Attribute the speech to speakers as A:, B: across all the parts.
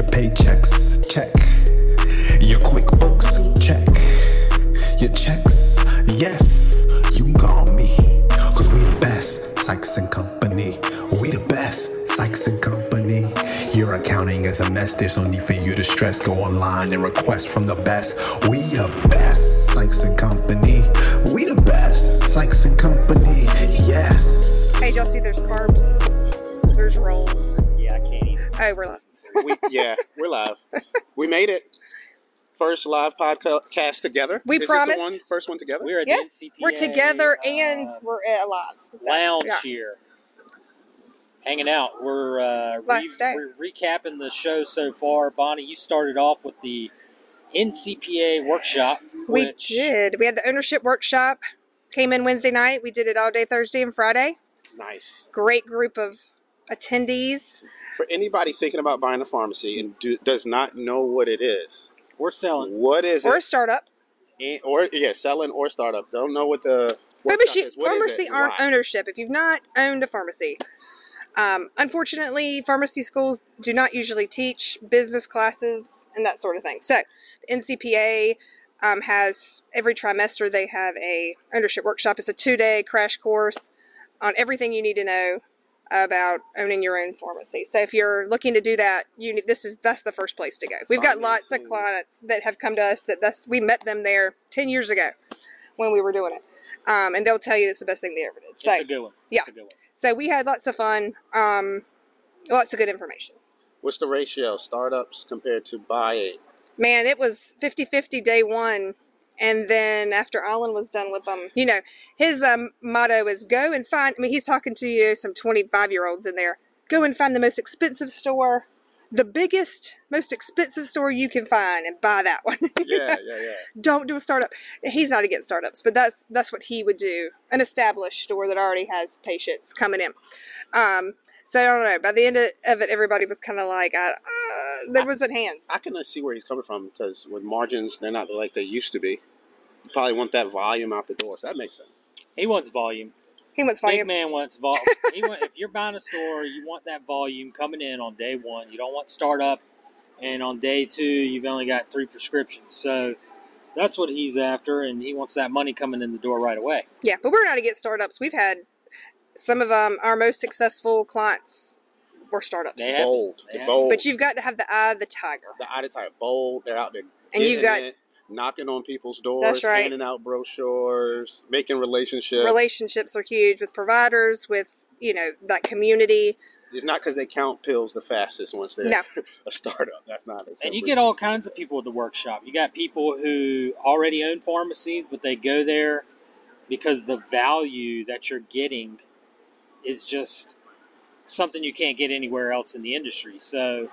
A: paychecks, check. Your QuickBooks, check. Your checks, yes. You got me. Cause we the best, Sykes and Company. We the best, Sykes and Company. Your accounting is a mess, there's no need for you to stress. Go online and request from the best. We the best, Sykes and Company. We the best, Sykes and Company. Yes.
B: Hey, did y'all see there's carbs? There's rolls.
C: Yeah, I can't even.
B: Oh, we're live.
D: we, yeah, we're live. We made it. First live podcast together.
B: We
D: Is this the
B: promised.
D: one- first one together.
C: We're at
B: Yes,
C: the NCPA.
B: we're together
C: uh,
B: and we're uh, alive. So,
C: lounge
B: yeah.
C: here, hanging out. We're uh, re-
B: Last day.
C: we're recapping the show so far. Bonnie, you started off with the NCPA workshop.
B: We
C: which
B: did. We had the ownership workshop. Came in Wednesday night. We did it all day Thursday and Friday.
D: Nice.
B: Great group of attendees.
D: For anybody thinking about buying a pharmacy and do, does not know what it is,
C: We're selling.
D: what is
B: Or a
D: it?
B: startup.
D: And- or yeah, selling or startup. Don't know what the workshop
B: Pharmacy,
D: is. What is
B: pharmacy
D: it?
B: aren't
D: Why?
B: ownership. If you've not owned a pharmacy, um, unfortunately, pharmacy schools do not usually teach business classes and that sort of thing. So, the NCPA um, has every trimester they have a ownership workshop. It's a two day crash course on everything you need to know about owning your own pharmacy. So, if you're looking to do that, you need, this is that's the first place to go. We've got lots of
D: Financing.
B: clients that have come to us that that's we met them there ten years ago when we were doing it. Um, and they'll tell you it's the best thing they ever did. So,
C: It's a good one.
B: yeah.
C: It's a good one.
B: so we had lots of fun, um, lots of good information.
D: What's the ratio startups compared to buying?
B: Man, it was 50 50 day one. And then after Alan was done with them, you know, his um, motto is go and find. I mean, he's talking to you, some 25 year olds in there. Go and find the most expensive store, the biggest, most expensive store you can find and buy that one.
D: Yeah, yeah, yeah.
B: don't do a startup. He's not against startups, but that's that's what he would do. An established store that already has patients coming in. Um, so I don't know. By the end of, of it, everybody was kind of like, I, uh, there wasn't hands.
D: I can uh, see where he's coming from because with margins, they're not like they used to be. You probably want that volume out the door. So that makes sense.
C: He wants volume.
B: He wants
C: Big
B: volume.
C: man wants volume. he want, if you're buying a store, you want that volume coming in on day one. You don't want startup, and on day two, you've only got three prescriptions. So that's what he's after, and he wants that money coming in the door right away.
B: Yeah, but we're not against startups. We've had some of um, our most successful clients were startups.
C: They have-
D: Bold,
C: They have-
D: bold.
B: But you've got to have the eye of the tiger.
D: the eye to type bold. They're out there,
B: And you
D: getting
B: got-
D: it, knocking on people's doors,
B: That's right.
D: handing out brochures, making relationships.
B: Relationships are huge with providers, with you know that community.
D: it's not because they count pills the fastest once they're
B: No.
D: a startup. That's not. That's
C: And
D: not
C: you
D: what
C: get
D: it
C: all
D: is.
C: kinds of people at the workshop. You got people who already own pharmacies, but they go there because the value that you're getting is just something you can't get anywhere else in the industry. So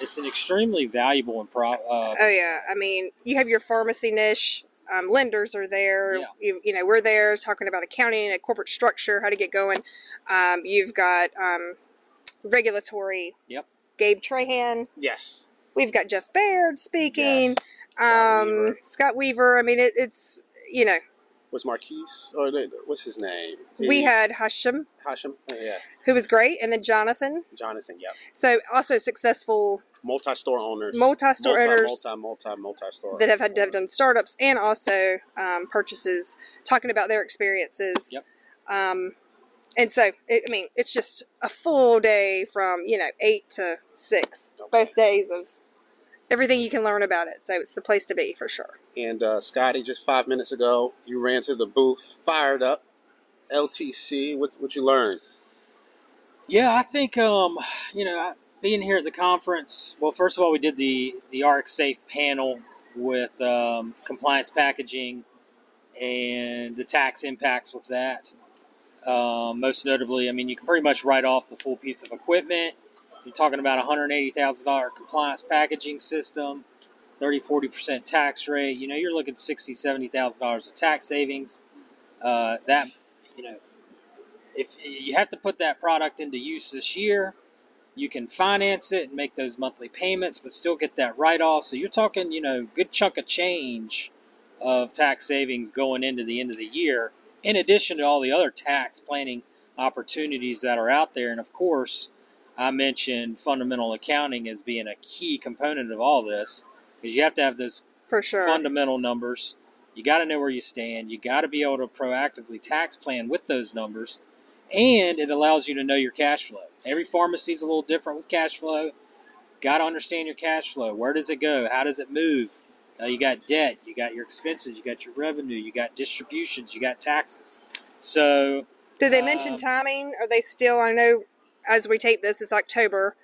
C: it's an extremely valuable and pro- uh,
B: Oh yeah, I mean, you have your pharmacy niche. Um, lenders are there.
C: Yeah.
B: You, you know, we're there talking about accounting and corporate structure, how to get going. Um, you've got um, regulatory.
C: Yep.
B: Gabe Trahan.
D: Yes.
B: We've got Jeff Baird speaking.
D: Yes. Scott
B: um,
D: Weaver.
B: Scott Weaver. I mean, it, it's you know,
D: Was Marquise or the, what's his name?
B: we
D: He-
B: had Hashem,
D: Hashim. Oh, yeah,
B: who was great, and then Jonathan.
D: Jonathan. Yeah,
B: So also successful
D: multi-store owners.
B: multi-store
D: multi,
B: owners.
D: Multi, multi, multi-store.
B: that have had to have
D: owners.
B: done startups and also um, purchases, talking about their experiences.
C: Yep.
B: Um, and so, it, I mean, it's just a full day from you know eight to six,
D: Okay.
B: both days of everything you can learn about it. So it's the place to be for sure.
D: And uh, Scotty, just five minutes ago, you ran to the booth, fired up. LTC. What what you learn?
C: Yeah, I think um, you know I- being here at the conference. Well, first of all, we did the the RX Safe panel with um, compliance packaging and the tax impacts with that. Um, most notably, I mean, you can pretty much write off the full piece of equipment. You're talking about a hundred eighty thousand dollar compliance packaging system, 30 40 percent tax rate. You know, you're looking sixty seventy thousand dollars of tax savings. Uh, that you know if you have to put that product into use this year, you can finance it and make those monthly payments, but still get that write off. So you're talking, you know, good chunk of change of tax savings going into the end of the year, in addition to all the other tax planning opportunities that are out there. And of course, I mentioned fundamental accounting as being a key component of all this, because you have to have those
B: for sure.
C: fundamental numbers. You got to know where you stand. You got to be able to proactively tax plan with those numbers, and it allows you to know your cash flow. Every pharmacy is a little different with cash flow. Got to understand your cash flow. Where does it go? How does it move? Uh, you got debt. You got your expenses. You got your revenue. You got distributions. You got taxes. So
B: Did they mention
C: um,
B: timing? Are they still? I know as we tape this, it's October.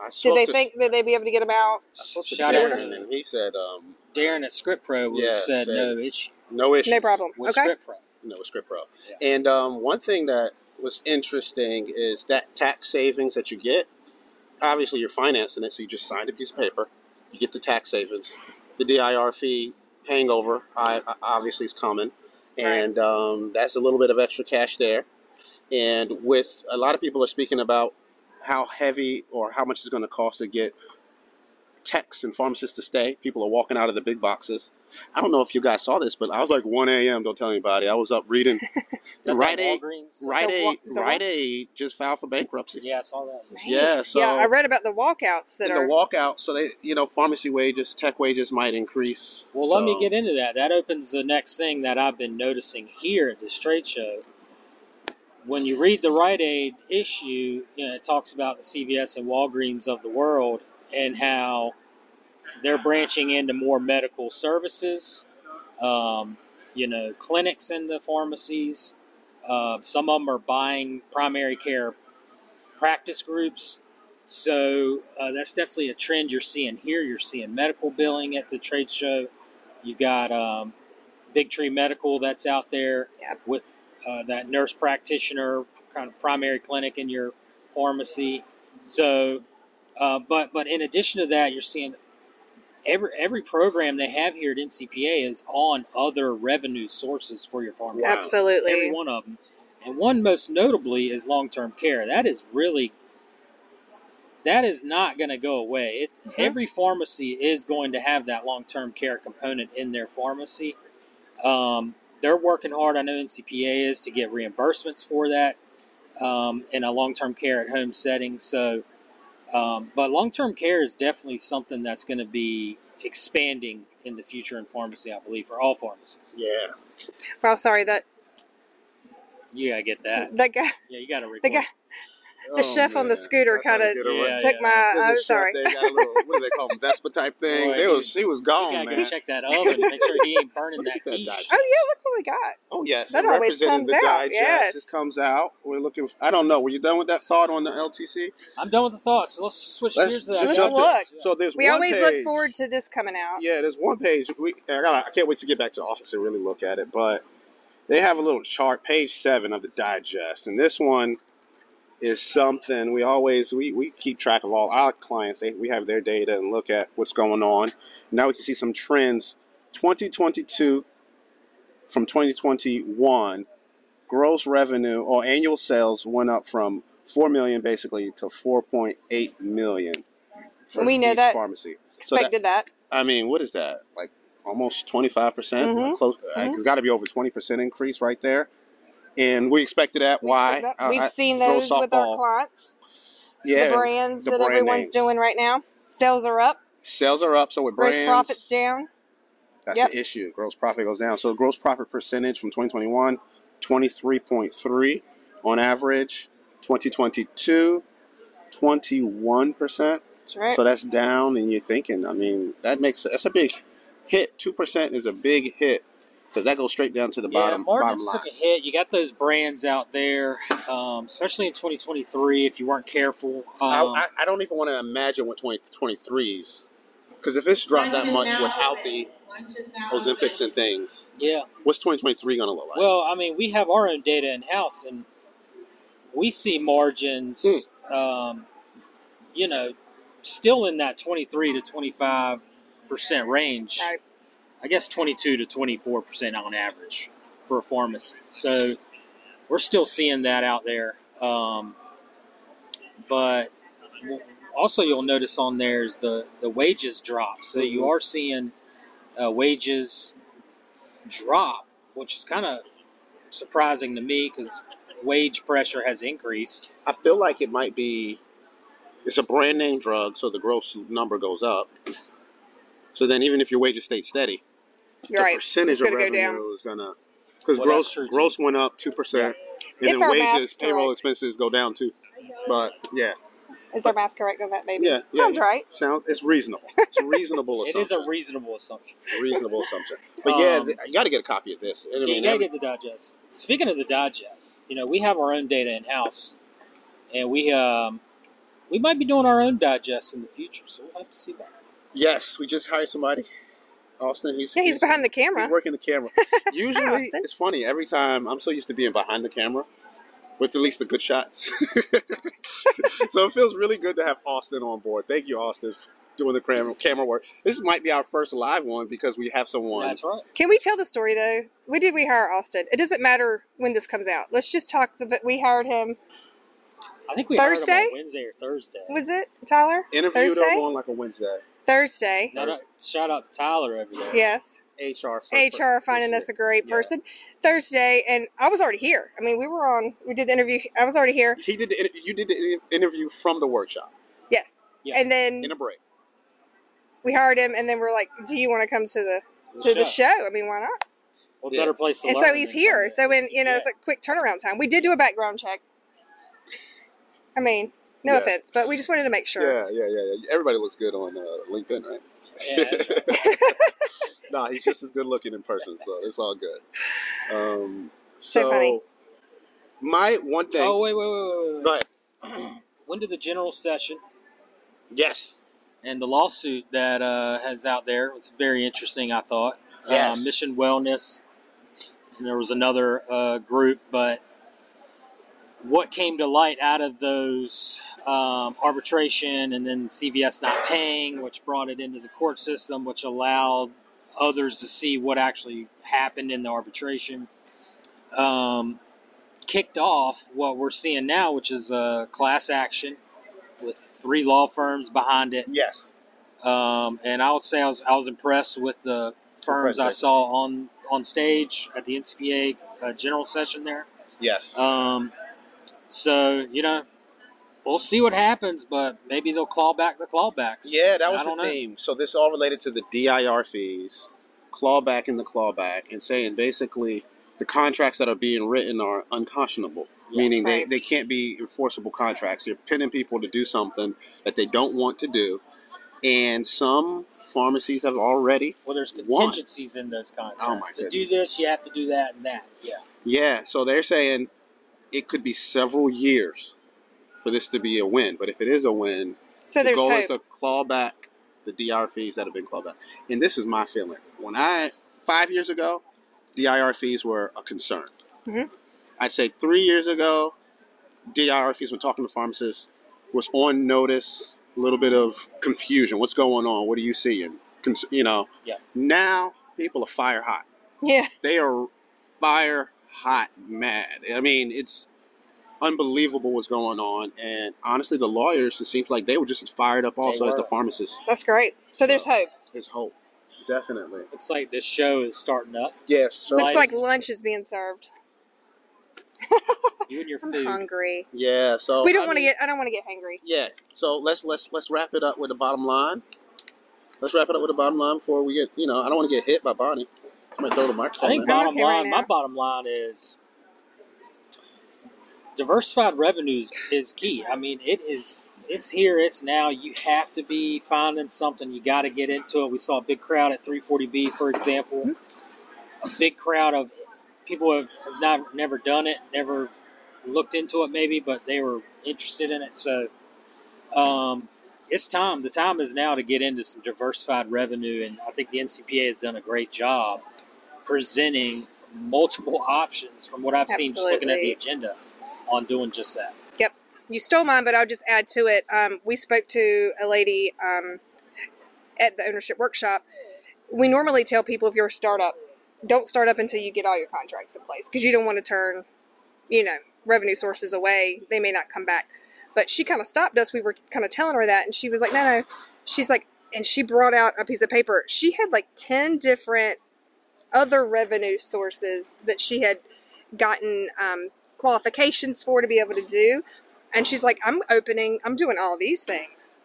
D: I
B: Do
D: spoke
B: they
D: to-
B: think that they'd be able to get them out?
D: I spoke to
C: Shout out
D: Darren,
C: to-
D: and he said, um,
C: Darren at Script Pro was
D: Yeah,
C: said
D: said-
C: no issue
D: "No issue."
B: No problem.
C: with
B: okay.
C: Script Pro.
D: No script pro.
C: Yeah.
D: And um, one thing that was interesting is that tax savings that you get. Obviously, you're financing it, so you just sign a piece of paper. You get the tax savings. The DIR fee hangover I, I- obviously is coming, and um, that's a little bit of extra cash there. And with a lot of people are speaking about how heavy or how much it's going to cost to get techs and pharmacists to stay. People are walking out of the big boxes. I don't know if you guys saw this, but I was like 1 a.m. Don't tell anybody. I was up reading.
C: Is that
D: Rite
C: the
D: Aid,
C: Walgreens?
D: Rite
B: The
D: Aid,
B: wa- the
D: Rite
B: wa-
D: Aid just filed for bankruptcy.
C: Yeah, I saw that.
B: Man.
D: Yeah, so
B: yeah, I read about the walkouts that
D: and
B: are.
D: the walkout. So they, you know, pharmacy wages, tech wages might increase.
C: Well, let me get into that. That opens the next thing that I've been noticing here at this trade show. When you read the Rite Aid issue, you know, it talks about the CVS and Walgreens of the world and how they're branching into more medical services, um, you know, clinics in the pharmacies. Uh, some of them are buying primary care practice groups. So uh, that's definitely a trend you're seeing here. You're seeing medical billing at the trade show. You got um, Big Tree Medical that's out there
B: Yep.
C: with uh, that nurse practitioner kind of primary clinic in your pharmacy. So, uh, but but in addition to that, you're seeing every every program they have here at NCPA is on other revenue sources for your pharmacy
D: Wow.
B: Absolutely.
C: every one of them. And one most notably is long term care. That is really, that is not going to go away. It, Every pharmacy is going to have that long term care component in their pharmacy. Um, they're working hard. I know NCPA is to get reimbursements for that um, in a long term care at home setting. So, um, but long term care is definitely something that's going to be expanding in the future in pharmacy, I believe, for all pharmacies.
D: Yeah,
B: Well, sorry that
C: You got to get that.
B: that guy,
C: Yeah, you got to record.
B: the guy, The chef on the scooter
D: That's how they
B: kinda-
D: get away.
C: Oh, Yeah,
B: took my.
D: There's a
B: I'm
D: chef,
B: sorry.
D: They got a little, what do they call them, Vespa type thing.
C: Boy,
D: they was,
C: dude.
D: she was
C: You
D: gone,
C: gotta
D: man.
C: go check that oven, make sure he ain't burning that
D: Look at that
C: quiche.
D: guy.
B: Oh yeah, look what we got.
D: Oh yes,
B: That
D: it
B: always
D: represented
B: comes
D: the
B: out,
D: digest.
B: yes.
D: This comes out. We're looking. I don't know. Were you done with that thought on the LTC?
C: I'm done with the thoughts. So let's switch
D: Let's
C: gears. to
D: just
C: that.
B: Let's
D: jump to-
B: look.
C: Yeah.
D: So there's
B: We
D: one
B: always
D: page.
B: look forward to this coming out.
D: Yeah, there's one page. We I got. I can't wait to get back to the office and really look at it. But they have a little chart, page seven of the digest, and this one is something we always we, we keep track of all our clients. They, we have their data and look at what's going on. Now we can see some trends. 2022 from 2021, gross revenue or annual sales went up from four million basically to 4.8 million. for
B: And we know
D: each
B: that-
D: pharmacy. So that-
B: Expected that.
D: I mean, what is that? Like almost 25%?
B: Mhm.
D: Close, like, It's got to be over 20% increase right there. And we expected that.
B: We
D: Why?
B: expect that.
D: I- uh,
B: We've
D: I-
B: seen
D: throw
B: those with our
D: softball.
B: clients.
D: yeah.
B: the brands
D: the
B: that
D: brand
B: everyone's
D: names.
B: doing right now. Sales are up.
D: Sales are up. So with brands,
B: Gross profits down.
D: that's
B: yep.
D: the issue. Gross profit goes down. So gross profit percentage from 2021, 23.3 on average. 2022, 21%.
B: That's right.
D: So that's down, and you're thinking, I mean, that makes that's a big hit. Two percent is a big hit because that goes straight down to the bottom
C: yeah,
D: bottom
C: margins
D: line.
C: took a hit. You got those brands out there, um, especially in 2023. If you weren't careful,
D: I,
C: um,
D: I, I don't even want to imagine what 2023's because if it's dropped that much without the Ozempics and things,
C: yeah.
D: what's 2023 gonna look like?
C: Well, I mean, we have our own data in house, and we see margins,
D: Hmm.
C: um, you know, still in that 23 to 25 percent range.
B: Right.
C: I guess 22 to 24 percent on average for a pharmacy. So we're still seeing that out there. Um, but also, you'll notice on there is the the wages drop. So you are seeing uh, wages drop, which is kind of surprising to me because wage pressure has increased.
D: I feel like it might be It's a brand name drug, so the gross number goes up. So then, even if your wages stayed steady,
B: You're
D: the
B: right. It's
D: percentage of
B: gonna go
D: revenue
B: down.
D: is gonna because
C: Well, that's
D: gross
C: true, too.
D: gross went up two percent,
B: If
D: and then
B: our
D: wages,
B: math's
D: payroll
B: correct.
D: expenses go down too. But yeah,
B: Is our math correct on that, maybe?
D: yeah, yeah
B: Sounds
D: yeah.
B: right.
D: Sound it's reasonable. It's a reasonable
C: It is
D: assumption.
C: a reasonable assumption.
D: reasonable assumption. But yeah,
C: Um,
D: th- I got to get a copy of this. I
C: Yeah, you
D: mean, um,
C: gotta
D: every-
C: get the digest. Speaking of the digest, you know, we have our own data in house, and we um, we might be doing our own digest in the future, so we'll have to see that.
D: yes, we just hired somebody. Austin, he's
B: Yeah, he's behind the camera.
D: He's working the camera. Usually,
B: Austin.
D: it's funny. Every time, I'm so used to being behind the camera with at least the good shots. so it feels really good to have Austin on board. Thank you, Austin, for doing the camera camera work. This might be our first live one because we have someone.
C: That's right.
B: Can we tell the story though? We did we hire Austin? It doesn't matter when this comes out. Let's just talk the but we hired him.
C: I think we hired 'em
B: Thursday?
C: on Wednesday or Thursday.
B: Was it Tyler?
D: Interviewed him
B: Thursday?
D: on like a Wednesday.
B: Thursday.
C: No, no, shout out to Tyler over there.
B: Yes.
D: HR.
B: HR finding us a great
C: Yeah.
B: person. Thursday and I was already here. I mean, we were on we did the interview. I was already here.
D: He did the inter- you did the inter- interview from the workshop
B: Yes.
C: Yeah.
B: And then
D: in a break.
B: we hired him and then we're like, "Do you want to come to the
C: The
B: to the show?" I mean, why not?
C: What
D: Yeah.
C: better place to
B: and
C: learn
B: so he's
C: than
B: here.
C: from
B: So
C: the
B: when you know,
C: CPA?
B: it's a quick turnaround time. We did do a background check. I mean, no
D: Yes.
B: offense, but we just wanted to make sure.
D: Yeah, yeah, yeah, yeah. Everybody looks good on uh, LinkedIn, right?
C: Yeah.
D: nah, he's just as good looking in person, so it's all good. Um, so,
B: So funny.
D: my one thing,
C: oh wait, wait, wait, wait, wait.
D: but
C: When did the general session
D: yes,
C: and the lawsuit that uh, has out there? It's very interesting. I thought.
D: Yes.
C: Uh, Mission Wellness, and there was another uh, group, but what came to light out of those um, arbitration and then CVS not paying, which brought it into the court system, which allowed others to see what actually happened in the arbitration, um, kicked off what we're seeing now, which is a class action with three law firms behind it.
D: yes,
C: Um, and I would say I was I was impressed with the firms I
D: eh?
C: saw on on stage at the NCPA uh, general session there.
D: yes.
C: Um, so you know, we'll see what happens, but maybe they'll claw back the clawbacks.
D: yeah, that was
C: I
D: the
C: don't know.
D: theme. So this all related to the DIR fees, clawback and the clawback, and saying basically the contracts that are being written are unconscionable,
C: Yeah.
D: meaning
B: Right.
D: they, they can't be enforceable contracts. You're pinning people to do something that they don't want to do, and some pharmacies have already
C: Well, there's
D: One.
C: contingencies in those contracts.
D: Oh, my
C: to do this, you have to do that and that. Yeah.
D: Yeah, so they're saying it could be several years for this to be a win. But if it is a win,
B: So
D: the
B: there's
D: goal
B: hope.
D: is to claw back the DR fees that have been clawed back. And this is my feeling. When I five years ago, DIR fees were a concern.
B: Mhm.
D: I'd say three years ago, DIR fees when talking to pharmacists was on notice. A little bit of confusion. What's going on? What are you seeing? Cons- you know.
C: Yeah.
D: Now people are fire hot
B: yeah.
D: they are fire hot mad. I mean, it's unbelievable what's going on. And honestly, the lawyers, it seems like they were just as fired up also as the
C: were.
D: pharmacists.
B: That's great. So there's
D: So-
B: hope.
D: It's hope. Definitely.
C: Looks like this show is starting up.
D: Yes. So,
B: Looks
C: Lighting.
B: like lunch is being served.
C: You and your
B: I'm
C: food.
B: hungry.
D: yeah. So
B: we don't
D: I
B: want to
D: mean,
B: get. I don't want to get hangry.
D: Yeah. So let's let's let's wrap it up with the bottom line. Let's wrap it up with the bottom line before we get. You know, I don't want to get hit by Bonnie. I'm gonna throw the
C: I
D: microphone.
C: think
D: at
B: Bonnie-
C: bottom
B: okay right
C: line,
B: now.
C: my bottom line is diversified revenues is key. I mean, it is it's here, it's now. You have to be finding something. You got to get into it. We saw a big crowd at 340B, for example. A big crowd of people who have have not never done it, never looked into it, maybe, but they were interested in it. So, um, it's time. The time is now to get into some diversified revenue, and I think the NCPA has done a great job presenting multiple options from what I've seen just looking at the
B: Absolutely.
C: agenda on doing just that.
B: You stole mine, but I'll just add to it. Um, we spoke to a lady um, at the ownership workshop. We normally tell people if you're a startup, don't start up until you get all your contracts in place because you don't want to turn, you know, revenue sources away. They may not come back. But she kind of stopped us. We were kind of telling her that, and she was like, "No, no." She's like, and she brought out a piece of paper. She had like ten different other revenue sources that she had gotten um, qualifications for to be able to do And she's like, I'm opening, I'm doing all these things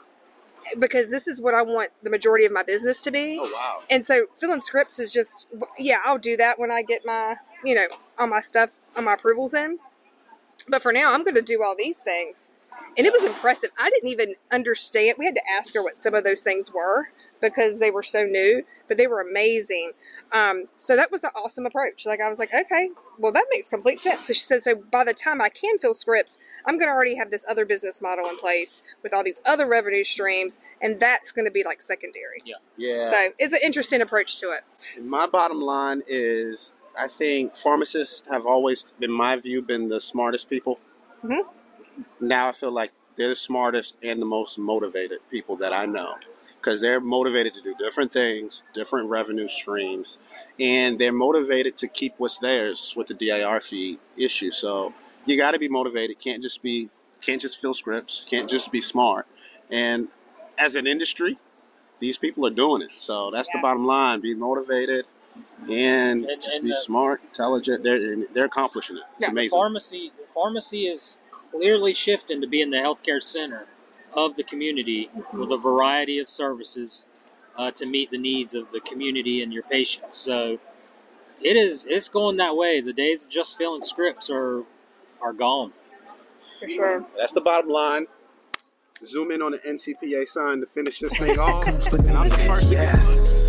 B: because this is what I want the majority of my business to be.
D: Oh wow.
B: And so filling scripts is just, yeah, I'll do that when I get my, you know, all my stuff, all my approvals in. But for now, I'm going to do all these things. And it was impressive. I didn't even understand. We had to ask her what some of those things were because they were so new, but they were amazing. Um, so that was an awesome approach. Like I was like, okay, well that makes complete sense. So she said, so by the time I can fill scripts, I'm going to already have this other business model in place with all these other revenue streams, and that's going to be like secondary.
D: Yeah.
B: So it's an interesting approach to it.
D: my bottom line is I think pharmacists have always, in my view, been the smartest people.
B: Mhm.
D: Now I feel like they're the smartest and the most motivated people that I know because they're motivated to do different things, different revenue streams, and they're motivated to keep what's theirs with the DIR fee issue. So you got to be motivated. Can't just be, can't just fill scripts. Can't just be smart. And as an industry, these people are doing it. So that's
B: Yeah.
D: the bottom line. Be motivated and,
C: And-
D: just
C: and
D: be
C: the-
D: smart, intelligent. They're and they're accomplishing it. It's
B: Yeah, the
D: amazing.
C: Pharmacy, the pharmacy is clearly shifting to being the healthcare center of the community with a variety of services uh, to meet the needs of the community and your patients. So it is, it's going that way. The days of just filling scripts are are gone.
B: For sure.
D: that's the bottom line. Zoom in on the NCPA sign to finish this thing off.
A: Company
D: I'm the
A: is
D: first to get
A: yes.